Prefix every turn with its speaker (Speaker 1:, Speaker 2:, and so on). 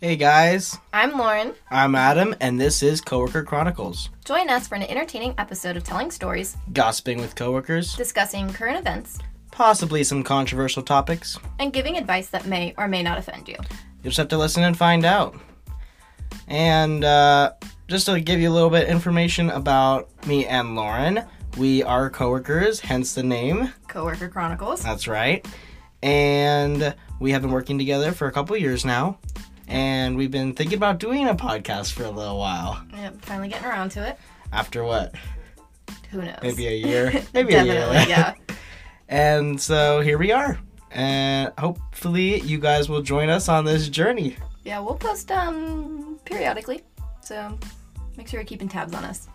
Speaker 1: Hey guys,
Speaker 2: I'm Lauren.
Speaker 1: I'm Adam, and this is Coworker Chronicles,
Speaker 2: Join us for an entertaining episode of telling stories,
Speaker 1: gossiping with coworkers,
Speaker 2: discussing current events,
Speaker 1: possibly some controversial topics.
Speaker 2: and giving advice that may or may not offend you.
Speaker 1: You'll just have to listen and find out. And uh, just to give you a little bit information about me and Lauren, we are coworkers, hence the name.
Speaker 2: Coworker Chronicles.
Speaker 1: That's right. And we have been working together for a couple years now, and we've been thinking about doing a podcast for a little while.
Speaker 2: Yep, finally getting around to it.
Speaker 1: After what?
Speaker 2: Who knows?
Speaker 1: Maybe a year. Maybe a year.
Speaker 2: Definitely, yeah.
Speaker 1: And so here we are. And hopefully you guys will join us on this journey.
Speaker 2: Yeah, we'll post um periodically. So make sure you're keeping tabs on us.